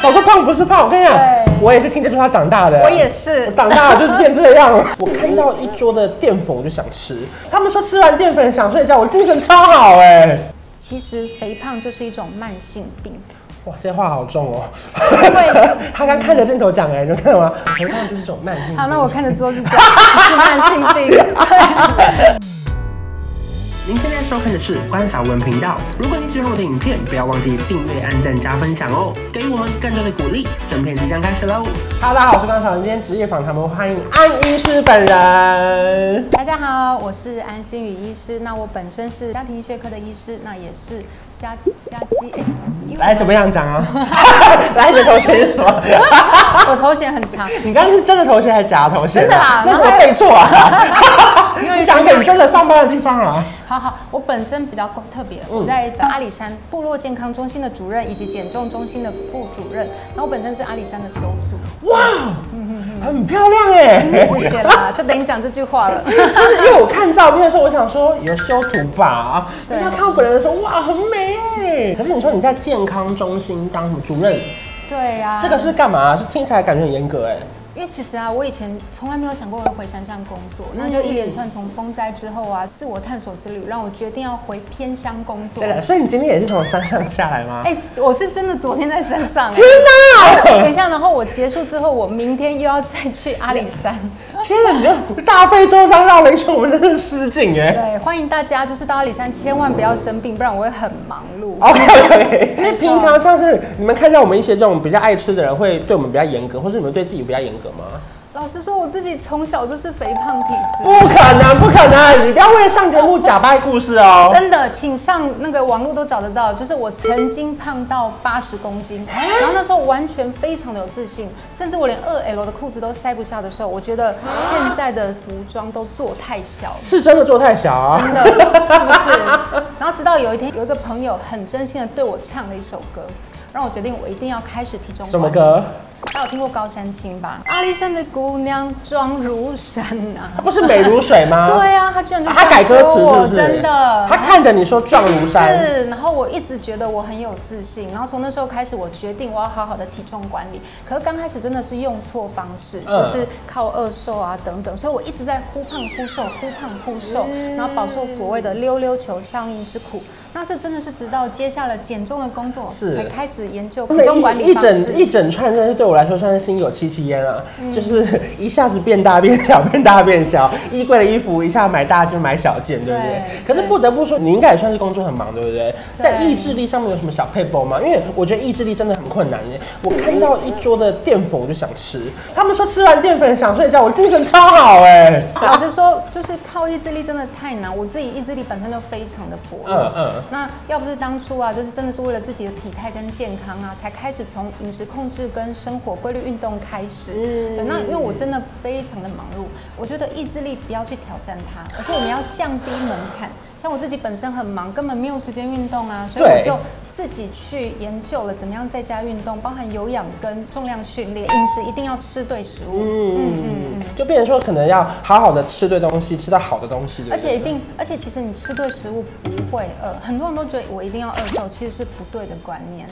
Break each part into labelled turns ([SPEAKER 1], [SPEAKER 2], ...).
[SPEAKER 1] 小时候胖不是胖，我跟你讲
[SPEAKER 2] 对，
[SPEAKER 1] 我也是听这句话长大的。
[SPEAKER 2] 我也是
[SPEAKER 1] 我长大了就是变这样了。 我看到一桌的淀粉我就想吃， 他们说吃完淀粉想睡觉，我精神超好哎、
[SPEAKER 2] 其实肥胖就是一种慢性病，
[SPEAKER 1] 哇，这话好重哦！
[SPEAKER 2] 对
[SPEAKER 1] 他刚看着镜头讲哎、你们看到吗？肥胖就是这种慢性病。
[SPEAKER 2] 好，那我看着桌子讲是慢性病。 对
[SPEAKER 1] 您现在收看的是关少文频道。如果你喜欢我的影片，不要忘记订阅、按赞、加分享哦，给予我们更多的鼓励。整片即将开始喽！Hello，大家好，我是关少文。今天职业访谈，我们欢迎安医师本人。
[SPEAKER 2] 大家好，我是安心宇医师。那我本身是家庭医学科的医师，那也是家家基哎因为
[SPEAKER 1] 来，怎么样讲啊？ 来，你的头衔是什么？
[SPEAKER 2] 我头衔很长，
[SPEAKER 1] 你刚刚是真的头衔还是假头衔、啊
[SPEAKER 2] 真的啦
[SPEAKER 1] 那
[SPEAKER 2] 然后
[SPEAKER 1] 我背错啊！
[SPEAKER 2] 因为
[SPEAKER 1] 你讲一个你真的上班的地方啊？
[SPEAKER 2] 好好，我本身比较特别，我在阿里山部落健康中心的主任以及减重中心的副主任，然后我本身是阿里山的州主。
[SPEAKER 1] 哇，很漂亮哎、
[SPEAKER 2] 谢谢啦，就等你讲这句话 了。
[SPEAKER 1] 就是因为我看照片的时候，我想说有修图吧，
[SPEAKER 2] 对
[SPEAKER 1] 但是看我本人的时候，哇，很美哎。可是你说你在健康中心当什么主任，
[SPEAKER 2] 对啊呀、
[SPEAKER 1] 这个是干嘛？是听起来感觉很严格哎。
[SPEAKER 2] 因为其实啊，我以前从来没有想过我会回山上工作，那就一连串从风灾之后啊，自我探索之旅让我决定要回偏乡工作
[SPEAKER 1] 对。了，所以你今天也是从山上下来吗？
[SPEAKER 2] 哎、我是真的昨天在山上、
[SPEAKER 1] 天
[SPEAKER 2] 等
[SPEAKER 1] 哪！
[SPEAKER 2] 一下，然后我结束之后，我明天又要再去阿里山。
[SPEAKER 1] 天哪，你就大费周章绕了一圈，我们真的是失敬哎。
[SPEAKER 2] 对，欢迎大家，就是到阿里山千万不要生病，不然我会很忙碌。
[SPEAKER 1] 哦 OK，因为
[SPEAKER 2] 没错
[SPEAKER 1] 平常像是你们看到我们一些这种比较爱吃的人，会对我们比较严格，或是你们对自己比较严格吗？
[SPEAKER 2] 老实说，我自己从小就是肥胖体质。
[SPEAKER 1] 不可能，不可能！你不要为了上节目假掰故事哦。
[SPEAKER 2] 真的，请上那个网络都找得到。就是我曾经胖到八十公斤，然后那时候完全非常的有自信，甚至我连二 L 的裤子都塞不下的时候，我觉得现在的服装都做太小了。
[SPEAKER 1] 是真的做太小啊。
[SPEAKER 2] 真的是不是？然后直到有一天，有一个朋友很真心的对我唱了一首歌，让我决定我一定要开始体重管理
[SPEAKER 1] 什么？歌？
[SPEAKER 2] 大家有听过高山青吧？阿里山的姑娘妆如山
[SPEAKER 1] 它
[SPEAKER 2] 啊！
[SPEAKER 1] 不是美如水 吗？
[SPEAKER 2] 对啊，他居然就
[SPEAKER 1] 啊。他改歌词
[SPEAKER 2] 这
[SPEAKER 1] 是
[SPEAKER 2] 样
[SPEAKER 1] 不
[SPEAKER 2] 说
[SPEAKER 1] 是？
[SPEAKER 2] 我真的，
[SPEAKER 1] 他看着你说壮如山，
[SPEAKER 2] 是，然后我一直觉得我很有自信，然后从那时候开始，我决定我要好好的体重管理。可是刚开始真的是用错方式，
[SPEAKER 1] 嗯
[SPEAKER 2] 就是靠饿瘦啊等等，所以我一直在忽胖忽瘦，忽胖忽瘦，
[SPEAKER 1] 嗯
[SPEAKER 2] 然后饱受所谓的溜溜球效应之苦。那是真的是直到接下了减重的工作，
[SPEAKER 1] 是
[SPEAKER 2] 才开始研究
[SPEAKER 1] 那
[SPEAKER 2] 体重管
[SPEAKER 1] 一
[SPEAKER 2] 理
[SPEAKER 1] 一
[SPEAKER 2] 方
[SPEAKER 1] 整一
[SPEAKER 2] 式。嗯
[SPEAKER 1] 整串，真的是对我来说算是心有戚戚焉啊，就是一下子变大变小，变大变小，衣柜的衣服一下买大件买小件，对不对
[SPEAKER 2] 对？
[SPEAKER 1] 可是不得不说，你应该也算是工作很忙，对不对？
[SPEAKER 2] 对
[SPEAKER 1] 在意志力上面有什么小配包吗？因为我觉得意志力真的很困难耶。我看到一桌的淀粉我就想吃，他们说吃完淀粉想睡觉，我精神超 好哎。
[SPEAKER 2] 老实说，就是靠意志力真的太难，我自己意志力本身就非常的薄弱。
[SPEAKER 1] 嗯嗯。
[SPEAKER 2] 那要不是当初啊，就是真的是为了自己的体态跟健康啊，才开始从饮食控制跟生活规律运动开始。
[SPEAKER 1] 嗯
[SPEAKER 2] 对，那因为我真的非常的忙碌，我觉得意志力不要去挑战它，而且我们要降低门槛。像我自己本身很忙，根本没有时间运动啊，所以
[SPEAKER 1] 对
[SPEAKER 2] 我就自己去研究了怎么样在家运动，包含有氧跟重量训练，饮食一定要吃对食物。
[SPEAKER 1] 嗯，就变成说可能要好好的吃对东西，吃到好的东西，对不对
[SPEAKER 2] 而且一定，而且其实你吃对食物不会饿，很多人都觉得我一定要饿瘦，其实是不对的观念。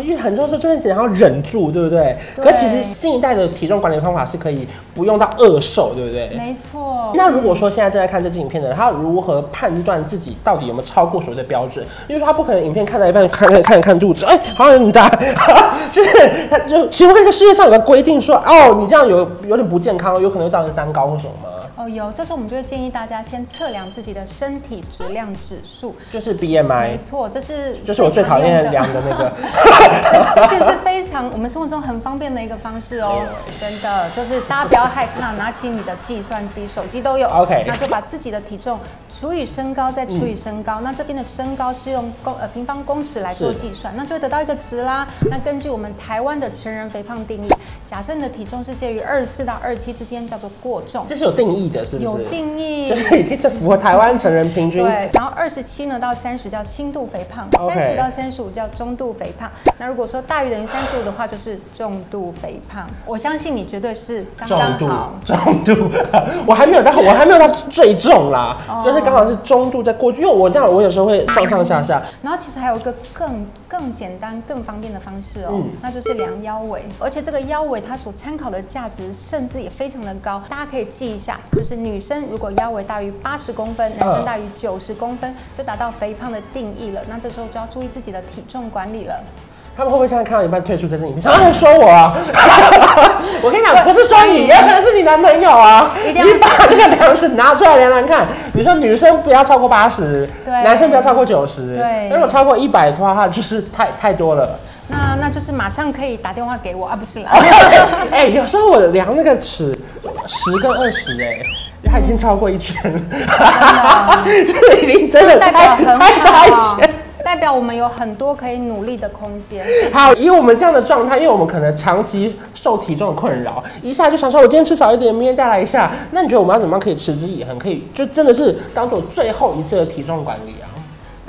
[SPEAKER 1] 因为很多时候就会想要忍住，对不对？
[SPEAKER 2] 对
[SPEAKER 1] 可其实新一代的体重管理方法是可以不用到饿瘦，对不对？
[SPEAKER 2] 没错，
[SPEAKER 1] 那如果说现在正在看这支影片的人，他如何判断自己到底有没有超过所谓的标准？例如说，他不可能影片看到一半看看看看肚子，哎、好像有点大， 就是他就请问这世界上有个规定说，哦，你这样有有点不健康，有可能会造成三高或什么吗？
[SPEAKER 2] 哦有，这时候我们就会建议大家先测量自己的身体质量指数。
[SPEAKER 1] 就是
[SPEAKER 2] 没
[SPEAKER 1] BMI，
[SPEAKER 2] 错，这是
[SPEAKER 1] 就是我最讨厌量
[SPEAKER 2] 非
[SPEAKER 1] 的那个。
[SPEAKER 2] 常用的， 这是非常我们生活中很方便的一个方式哦，真的，就是大家不要害怕，拿起你的计算机、手机都有
[SPEAKER 1] OK
[SPEAKER 2] 那就把自己的体重除以身高，再除以身
[SPEAKER 1] 嗯
[SPEAKER 2] 高，那这边的身高是用公呃平方公尺来做
[SPEAKER 1] 是
[SPEAKER 2] 计算，那就会得到一个值啦。那根据我们台湾的成人肥胖定义，假设你的体重是介于二四到二七之间，叫做过重。
[SPEAKER 1] 这是有定义的，是不是？
[SPEAKER 2] 有定义，
[SPEAKER 1] 就是已经这符合台湾成人平均。
[SPEAKER 2] 对，然后二十七呢到三十叫轻度肥胖，
[SPEAKER 1] OK
[SPEAKER 2] 三十到三十五叫中度肥胖。那如果说大于等于三十五的话，就是重度肥胖。我相信你绝对是刚
[SPEAKER 1] 重
[SPEAKER 2] 刚
[SPEAKER 1] 度
[SPEAKER 2] 好。，
[SPEAKER 1] 重度，我还没有到，我还没有到最重啦，
[SPEAKER 2] 哦
[SPEAKER 1] 就是刚好是中度在过去，因为我这样，我有时候会上上下下，
[SPEAKER 2] 然后其实还有一个更更简单、更方便的方式哦，
[SPEAKER 1] 嗯
[SPEAKER 2] 那就是量腰围，而且这个腰围它所参考的价值甚至也非常的高，大家可以记一下，就是女生如果腰围大于八十公
[SPEAKER 1] 嗯
[SPEAKER 2] 分，男生大于九十公分，就达到肥胖的定义了。那这时候就要注意自己的体重管理了。
[SPEAKER 1] 他们会不会现在看到一半退出这支影片，想要来说我啊？ 我跟你讲，不是说你，也可能是你男朋友啊。
[SPEAKER 2] 一定要
[SPEAKER 1] 你把那个量尺拿出来量量看。比如说女生不要超过八十，
[SPEAKER 2] 对
[SPEAKER 1] 男生不要超过九十。
[SPEAKER 2] 对
[SPEAKER 1] 如果超过一百的话，就是太太多了。
[SPEAKER 2] 那那就是马上可以打电话给我啊，不是啦。
[SPEAKER 1] 哎、有时候我量那个尺，十跟二十，哎，它已经超过一圈了，这 已经真的
[SPEAKER 2] 代表
[SPEAKER 1] 太
[SPEAKER 2] 很
[SPEAKER 1] 太大一
[SPEAKER 2] 好
[SPEAKER 1] 圈。，
[SPEAKER 2] 代表我们有很多可以努力的空间。
[SPEAKER 1] 好，以我们这样的状态，因为我们可能长期受体重的困扰，一下就想说，我今天吃少一点，明天再来一下。那你觉得我们要怎么样可以持之以恒，可以就真的是当做最后一次的体重管理啊？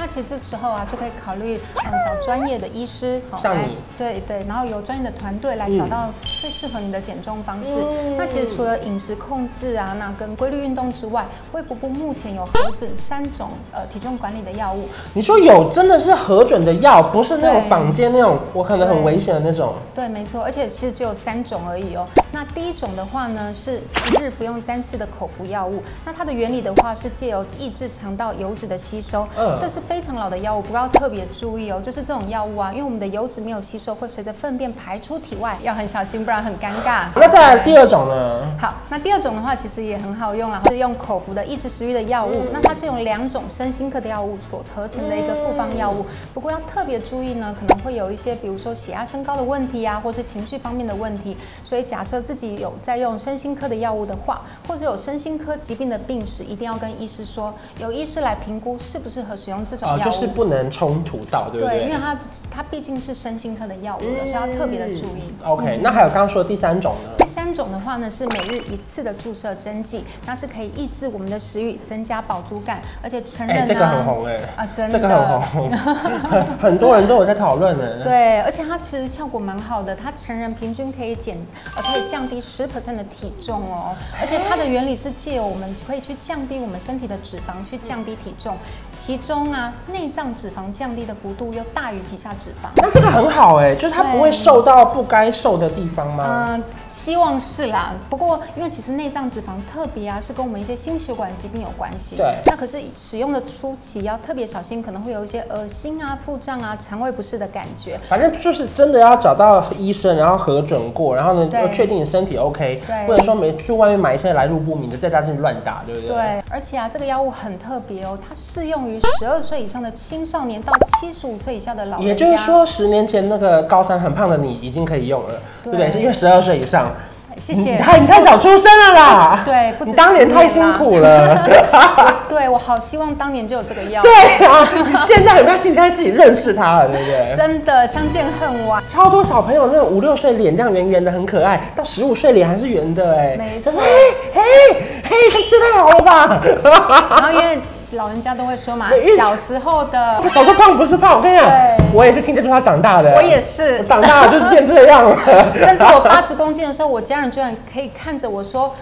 [SPEAKER 2] 那其实这时候啊，就可以考虑嗯找专业的医师，好
[SPEAKER 1] 像
[SPEAKER 2] 来
[SPEAKER 1] 你
[SPEAKER 2] 对对，然后由专业的团队来
[SPEAKER 1] 嗯
[SPEAKER 2] 找到最适合你的减重方式。
[SPEAKER 1] 嗯
[SPEAKER 2] 那其实除了饮食控制啊，那跟规律运动之外，卫福部目前有核准三种呃体重管理的药物，
[SPEAKER 1] 你说有真的是核准的药，不是那种
[SPEAKER 2] 对
[SPEAKER 1] 坊间那种我可能很危险的那种。
[SPEAKER 2] 对，没错，而且其实只有三种而已哦。那第一种的话呢，是一日服用三次的口服药物。那它的原理的话是借由抑制肠道油脂的吸收，
[SPEAKER 1] 嗯
[SPEAKER 2] 这是非常老的药物，不要特别注意哦。就是这种药物啊，因为我们的油脂没有吸收，会随着粪便排出体外，要很小心，不然很尴尬。
[SPEAKER 1] 那再来第二种呢？
[SPEAKER 2] 好，那第二种的话，其实也很好用啦，是用口服的抑制食欲的药物。
[SPEAKER 1] 嗯
[SPEAKER 2] 那它是用两种身心科的药物所合成的一个复方
[SPEAKER 1] 嗯
[SPEAKER 2] 药物。不过要特别注意呢，可能会有一些，比如说血压升高的问题啊，或是情绪方面的问题。所以假设自己有在用身心科的药物的话，或者有身心科疾病的病史，一定要跟医师说，由医师来评估适不适合使用这种
[SPEAKER 1] 哦，
[SPEAKER 2] 药
[SPEAKER 1] 就
[SPEAKER 2] 物。
[SPEAKER 1] 是不能冲突到，对不
[SPEAKER 2] 对，
[SPEAKER 1] 对
[SPEAKER 2] 因为它它毕竟是身心科的药物了，所以要特别的注意。
[SPEAKER 1] 嗯？OK，那还有刚刚说的第三种呢？
[SPEAKER 2] 第三种的话呢，是每日一次的注射针剂，那是可以抑制我们的食欲，增加饱足感，而且成人
[SPEAKER 1] 哎、
[SPEAKER 2] 呢、
[SPEAKER 1] 这个很红哎、
[SPEAKER 2] 啊，真的
[SPEAKER 1] 这个很 红，很很多人都有在讨论呢。
[SPEAKER 2] 对，而且它其实效果蛮好的，它成人平均可以减，呃，可以降低十 percent 的体重哦。而且它的原理是借由我们可以去降低我们身体的脂肪，去降低体重，其中啊，内脏脂肪降低的幅度又大于皮下脂肪。
[SPEAKER 1] 那这个很好哎、就是它不会
[SPEAKER 2] 对
[SPEAKER 1] 瘦到不该瘦的地方吗？
[SPEAKER 2] 嗯，希望是啦。不过，因为其实内脏脂肪特别啊，是跟我们一些心血管疾病有关系。
[SPEAKER 1] 对
[SPEAKER 2] 那可是使用的初期要特别小心，可能会有一些恶心啊、腹胀啊、肠胃不适的感觉。
[SPEAKER 1] 反正就是真的要找到医生，然后核准过，然后呢，
[SPEAKER 2] 对
[SPEAKER 1] 要确定你身体 OK，
[SPEAKER 2] 对
[SPEAKER 1] 不能说没去外面买一些来路不明的，在家自己乱打，对不对？。
[SPEAKER 2] 对，而且啊，这个药物很特别哦，它适用于十二岁以上的青少年到七十五岁以下的老人。
[SPEAKER 1] 也就是，说，十年前那个高三很胖的你已经可以用了，对
[SPEAKER 2] 对
[SPEAKER 1] 不对？是因为十二岁以上，
[SPEAKER 2] 谢谢
[SPEAKER 1] 你。太你太早出生了啦，
[SPEAKER 2] 对不止
[SPEAKER 1] 你当年太辛苦了，
[SPEAKER 2] 对我好希望当年就有这个 药。
[SPEAKER 1] 对啊，你现在很怕现在自己认识他了，对不对？
[SPEAKER 2] 真的相见 恨晚。
[SPEAKER 1] 超多小朋友那种五六岁脸这样圆圆的，很可爱，到十五岁脸还是圆的哎、
[SPEAKER 2] 没
[SPEAKER 1] 就是
[SPEAKER 2] 错
[SPEAKER 1] 嘿嘿嘿，这吃太好了 吧？
[SPEAKER 2] 然后因为老人家都会说嘛
[SPEAKER 1] 对因为，
[SPEAKER 2] 小时候的
[SPEAKER 1] 小时候胖不是胖，我跟你讲
[SPEAKER 2] 对，
[SPEAKER 1] 我也是听这句话长大的，
[SPEAKER 2] 我也是
[SPEAKER 1] 我长大了就是变这样了。
[SPEAKER 2] 甚至我八十公斤的时候，我家人居然可以看着我说：“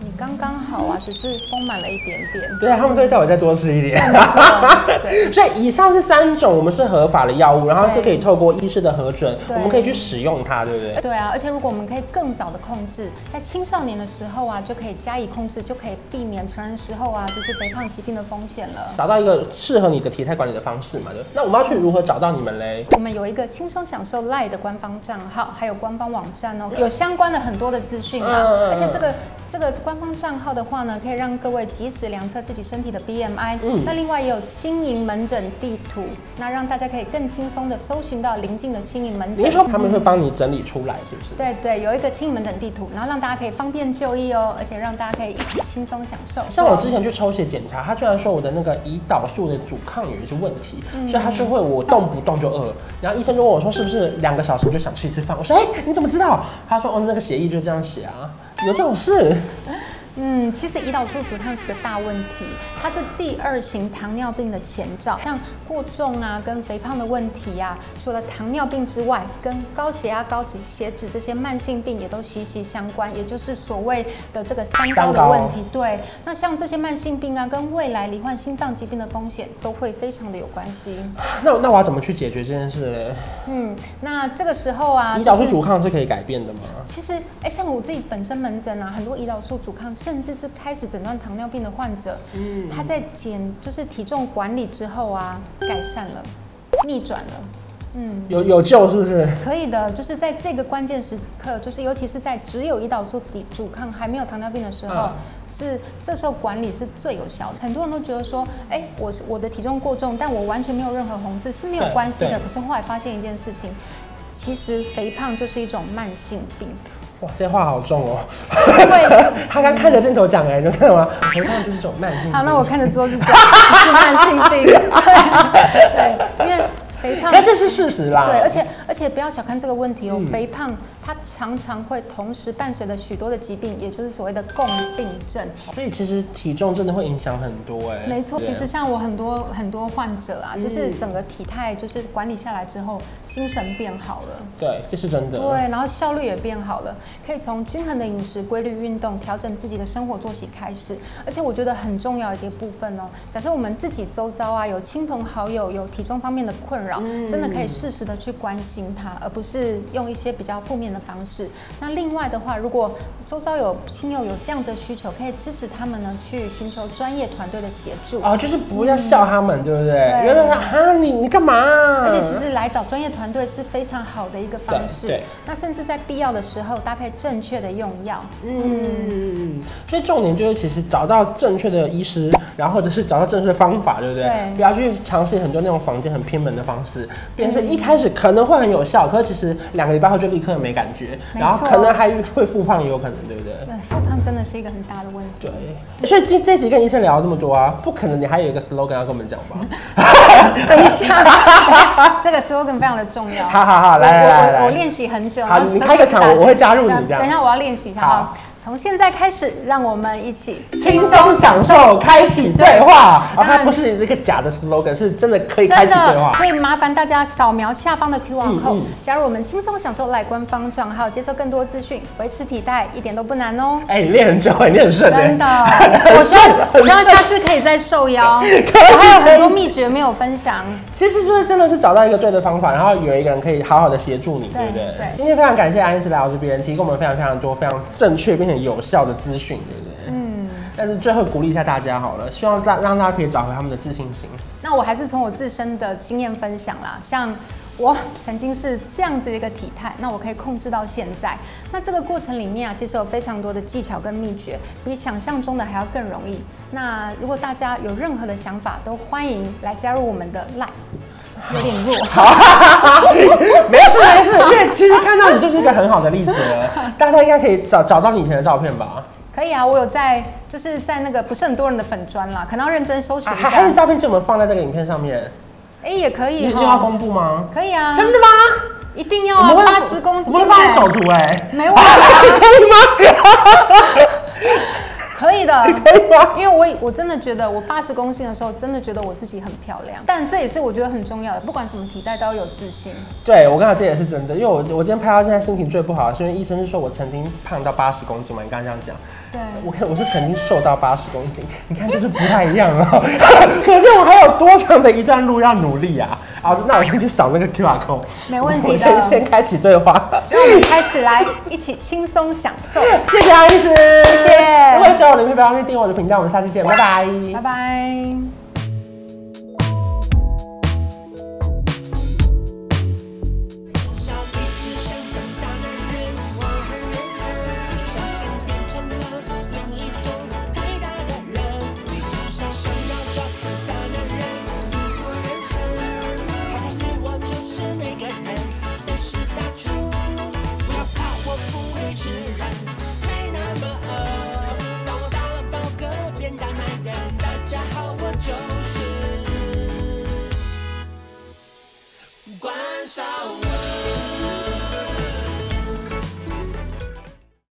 [SPEAKER 2] 你刚刚好啊，只是丰满了一点点。
[SPEAKER 1] 对啊，他们都会叫我再多吃一点。 所以以上是三种我们是合法的药物，然后是可以透过医师的核准，
[SPEAKER 2] 对
[SPEAKER 1] 我们可以去使用它，对不 对”？
[SPEAKER 2] 对啊，而且如果我们可以更早的控制，在青少年的时候啊，就可以加以控制，就可以避免成人时候啊这些肥胖疾病的风险了。
[SPEAKER 1] 找到一个适合你的体态管理的方式嘛，对。那我们要去如何找到你们嘞？
[SPEAKER 2] 我们有一个轻松享受 Lie 的官方账号，还有官方网站哦，有相关的很多的资讯啊。
[SPEAKER 1] 嗯
[SPEAKER 2] 而且这个这个官方账号的话呢，可以让各位及时量测自己身体的 BMI。
[SPEAKER 1] 嗯
[SPEAKER 2] 那另外也有轻盈门诊地图，那让大家可以更轻松的搜寻到邻近的轻盈门
[SPEAKER 1] 你是
[SPEAKER 2] 诊。
[SPEAKER 1] 说他们会帮你整理出来，是不是？
[SPEAKER 2] 对对，有一个轻盈门诊地图，然后让大家可以方便就医哦，而且让大家可以一起轻松享受。
[SPEAKER 1] 像我之前去抽血检查，他居然说我的那个胰岛素的阻抗有一些问题，
[SPEAKER 2] 嗯
[SPEAKER 1] 所以他就会我动不动就饿。然后医生就问我说是不是两个小时就想吃一次饭？我说哎、你怎么知道？他说哦那个血液就这样写啊，有这种事。
[SPEAKER 2] 嗯，其实胰岛素阻抗是个大问题，它是第二型糖尿病的前兆。像过重啊跟肥胖的问题呀、除了糖尿病之外，跟高血压、高脂血脂这些慢性病也都息息相关，也就是所谓的这个三高的问
[SPEAKER 1] 啊
[SPEAKER 2] 题。对，那像这些慢性病啊，跟未来罹患心脏疾病的风险都会非常的有关系。
[SPEAKER 1] 那那我要怎么去解决这件事嘞？
[SPEAKER 2] 嗯，那这个时候啊，
[SPEAKER 1] 胰岛
[SPEAKER 2] 就
[SPEAKER 1] 素
[SPEAKER 2] 是
[SPEAKER 1] 阻抗是可以改变的吗？
[SPEAKER 2] 其实，哎，像我自己本身门诊啊，很多胰岛素阻抗，甚至是开始诊断糖尿病的患者，嗯，他在减就是体重管理之后啊，改善了，逆转了，嗯。
[SPEAKER 1] 有有救是不是？
[SPEAKER 2] 可以的，就是在这个关键时刻，就是尤其是在只有胰岛素抵阻抗还没有糖尿病的时候，
[SPEAKER 1] 嗯
[SPEAKER 2] 是这时候管理是最有效的。很多人都觉得说，哎、我是我的体重过重，但我完全没有任何红字是没有
[SPEAKER 1] 对
[SPEAKER 2] 关系的。
[SPEAKER 1] 对
[SPEAKER 2] 可是后来发现一件事情，其实肥胖就是一种慢性 病。
[SPEAKER 1] 哇，这话好重哦！
[SPEAKER 2] 对，
[SPEAKER 1] 他刚看着镜头讲哎，你能看到吗？肥胖就是这种慢性
[SPEAKER 2] 好，
[SPEAKER 1] 病。
[SPEAKER 2] 那我看着桌子讲 是慢性 病，对，对，因为肥胖
[SPEAKER 1] 那。哎这是事实啦。
[SPEAKER 2] 对，而且而且不要小看这个问题哦，
[SPEAKER 1] 嗯
[SPEAKER 2] 肥胖它常常会同时伴随着许多的疾病，也就是所谓的共病症。
[SPEAKER 1] 所以其实体重真的会影响很多哎、
[SPEAKER 2] 没错，
[SPEAKER 1] 对嗯
[SPEAKER 2] 其实像我很多很多患者啊，就是整个体态就是管理下来之后，精神变好了。
[SPEAKER 1] 对，这是真的。
[SPEAKER 2] 对，然后效率也变好了，可以从均衡的饮食、规律运动、调整自己的生活作息开始。而且我觉得很重要一个部分哦，假设我们自己周遭啊有亲朋好友有体重方面的困扰，
[SPEAKER 1] 嗯
[SPEAKER 2] 真的可以适时的去关心他，而不是用一些比较负面的方式。那另外的话，如果周遭有亲友有这样的需求，可以支持他们呢去寻求专业团队的协助。
[SPEAKER 1] 哦，就是不要笑他们，对不对？
[SPEAKER 2] 对
[SPEAKER 1] 原来啊，你你干嘛、啊
[SPEAKER 2] 而且其实来找专业团队是非常好的一个方
[SPEAKER 1] 对
[SPEAKER 2] 式
[SPEAKER 1] 对，
[SPEAKER 2] 那甚至在必要的时候搭配正确的用药，
[SPEAKER 1] 嗯，所以重点就是其实找到正确的医师，然后或者是找到正确的方法，对不对？
[SPEAKER 2] 对
[SPEAKER 1] 不要去尝试很多那种房间很偏门的方式，变
[SPEAKER 2] 嗯
[SPEAKER 1] 成是一开始可能会很有效，可是其实两个礼拜后就立刻没感觉，
[SPEAKER 2] 没错
[SPEAKER 1] 然后可能还会复胖，也有可能，对不对？
[SPEAKER 2] 对，肥胖真的是一个很大的问 题。
[SPEAKER 1] 对，所以这这集跟医生聊了这么多啊，不可能你还有一个 slogan 要跟我们讲吧？
[SPEAKER 2] 等一下， 这个 slogan 非常的重要。
[SPEAKER 1] 好好好
[SPEAKER 2] 我
[SPEAKER 1] 来来
[SPEAKER 2] 我
[SPEAKER 1] 来
[SPEAKER 2] 我我
[SPEAKER 1] 来
[SPEAKER 2] 练习很久。
[SPEAKER 1] 好
[SPEAKER 2] 然后
[SPEAKER 1] 你开个场
[SPEAKER 2] slogan 打
[SPEAKER 1] 我我会加入你
[SPEAKER 2] 等
[SPEAKER 1] 这样
[SPEAKER 2] 等一下我要练习一下
[SPEAKER 1] 好
[SPEAKER 2] 哈。从现在开始，让我们一起
[SPEAKER 1] 轻松享受，开启对话。啊，
[SPEAKER 2] 当然
[SPEAKER 1] 它不是这个假的 slogan，是真的可以开
[SPEAKER 2] 真
[SPEAKER 1] 启对
[SPEAKER 2] 的，
[SPEAKER 1] 话。
[SPEAKER 2] 所以麻烦大家扫描下方的 QR
[SPEAKER 1] 嗯
[SPEAKER 2] code，、加入我们轻松享受赖官方账号，接受更多资讯，维持体态一点都不难哦。
[SPEAKER 1] 哎、你练很久哎，你很顺哎，，
[SPEAKER 2] 真 的
[SPEAKER 1] 很
[SPEAKER 2] 我希望
[SPEAKER 1] 顺，
[SPEAKER 2] 我
[SPEAKER 1] 很
[SPEAKER 2] 希望
[SPEAKER 1] 顺
[SPEAKER 2] 下。次可以再受 邀。
[SPEAKER 1] 以
[SPEAKER 2] 我还有很多秘诀没有分享，
[SPEAKER 1] 其实就是真的是找到一个对的方法，然后有一个人可以好好的协助你，对
[SPEAKER 2] 对
[SPEAKER 1] 不对？
[SPEAKER 2] 对
[SPEAKER 1] 今天非常感谢安医师来我这边，提供我们非常非常多非常正确并且有效的资讯，对不对？嗯。但是最后鼓励一下大家好了，希望大让大家可以找回他们的自信心。
[SPEAKER 2] 那我还是从我自身的经验分享啦，像。我曾经是这样子的一个体态，那我可以控制到现在。那这个过程里面啊，其实有非常多的技巧跟秘诀，比想象中的还要更容易。那如果大家有任何的想法，都欢迎来加入我们的 Line，有点弱。
[SPEAKER 1] 没事没事，因为其实看到你就是一个很好的例子了，大家应该可以找找到你以前的照片吧？
[SPEAKER 2] 可以啊，我有在，就是在那个不是很多人的粉砖啦，可能要认真搜寻
[SPEAKER 1] 啊
[SPEAKER 2] 一
[SPEAKER 1] 还还有
[SPEAKER 2] 下
[SPEAKER 1] 你。照片，就我们放在这个影片上面，
[SPEAKER 2] 哎、也可
[SPEAKER 1] 你
[SPEAKER 2] 以
[SPEAKER 1] 你有
[SPEAKER 2] 哈，
[SPEAKER 1] 要公布吗？
[SPEAKER 2] 可以啊，
[SPEAKER 1] 真的吗？
[SPEAKER 2] 一定要啊，八十公斤、
[SPEAKER 1] 我
[SPEAKER 2] 欸，
[SPEAKER 1] 们放手图哎、
[SPEAKER 2] 没问题、啊，可以 吗？可以的，
[SPEAKER 1] 可以吗？
[SPEAKER 2] 因为我也我真的觉得我八十公斤的时候，真的觉得我自己很漂亮，但这也是我觉得很重要的，不管什么体态都要有自信。
[SPEAKER 1] 对，我刚才这也是真的，因为我我今天拍到现在心情最不好，是因为医生是说我曾经胖到八十公斤嘛，你刚刚这样讲，
[SPEAKER 2] 对，
[SPEAKER 1] 我看我是曾经瘦到八十公斤， 你看就是不太一样了。 可是我还有多长的一段路要努力啊！好，那我先去扫那个 QR code，
[SPEAKER 2] 没问题的
[SPEAKER 1] 我先先开启对 话。
[SPEAKER 2] 让我们开始来一起轻松享受，
[SPEAKER 1] 谢 谢安医师，谢
[SPEAKER 2] 谢
[SPEAKER 1] 如果喜欢我的影片，不要忘记订阅我的频道，我们下期见，拜拜。
[SPEAKER 2] 拜拜。
[SPEAKER 3] 小一只想当大男人，不小心变成了另一种太大的人。你从小想要找个大男人，度过人生。好消息，我就是那个人，随时打住，不要怕，我不会吃人，没那么饿。当我打了饱嗝，变大男人。大家好，我就是关少文。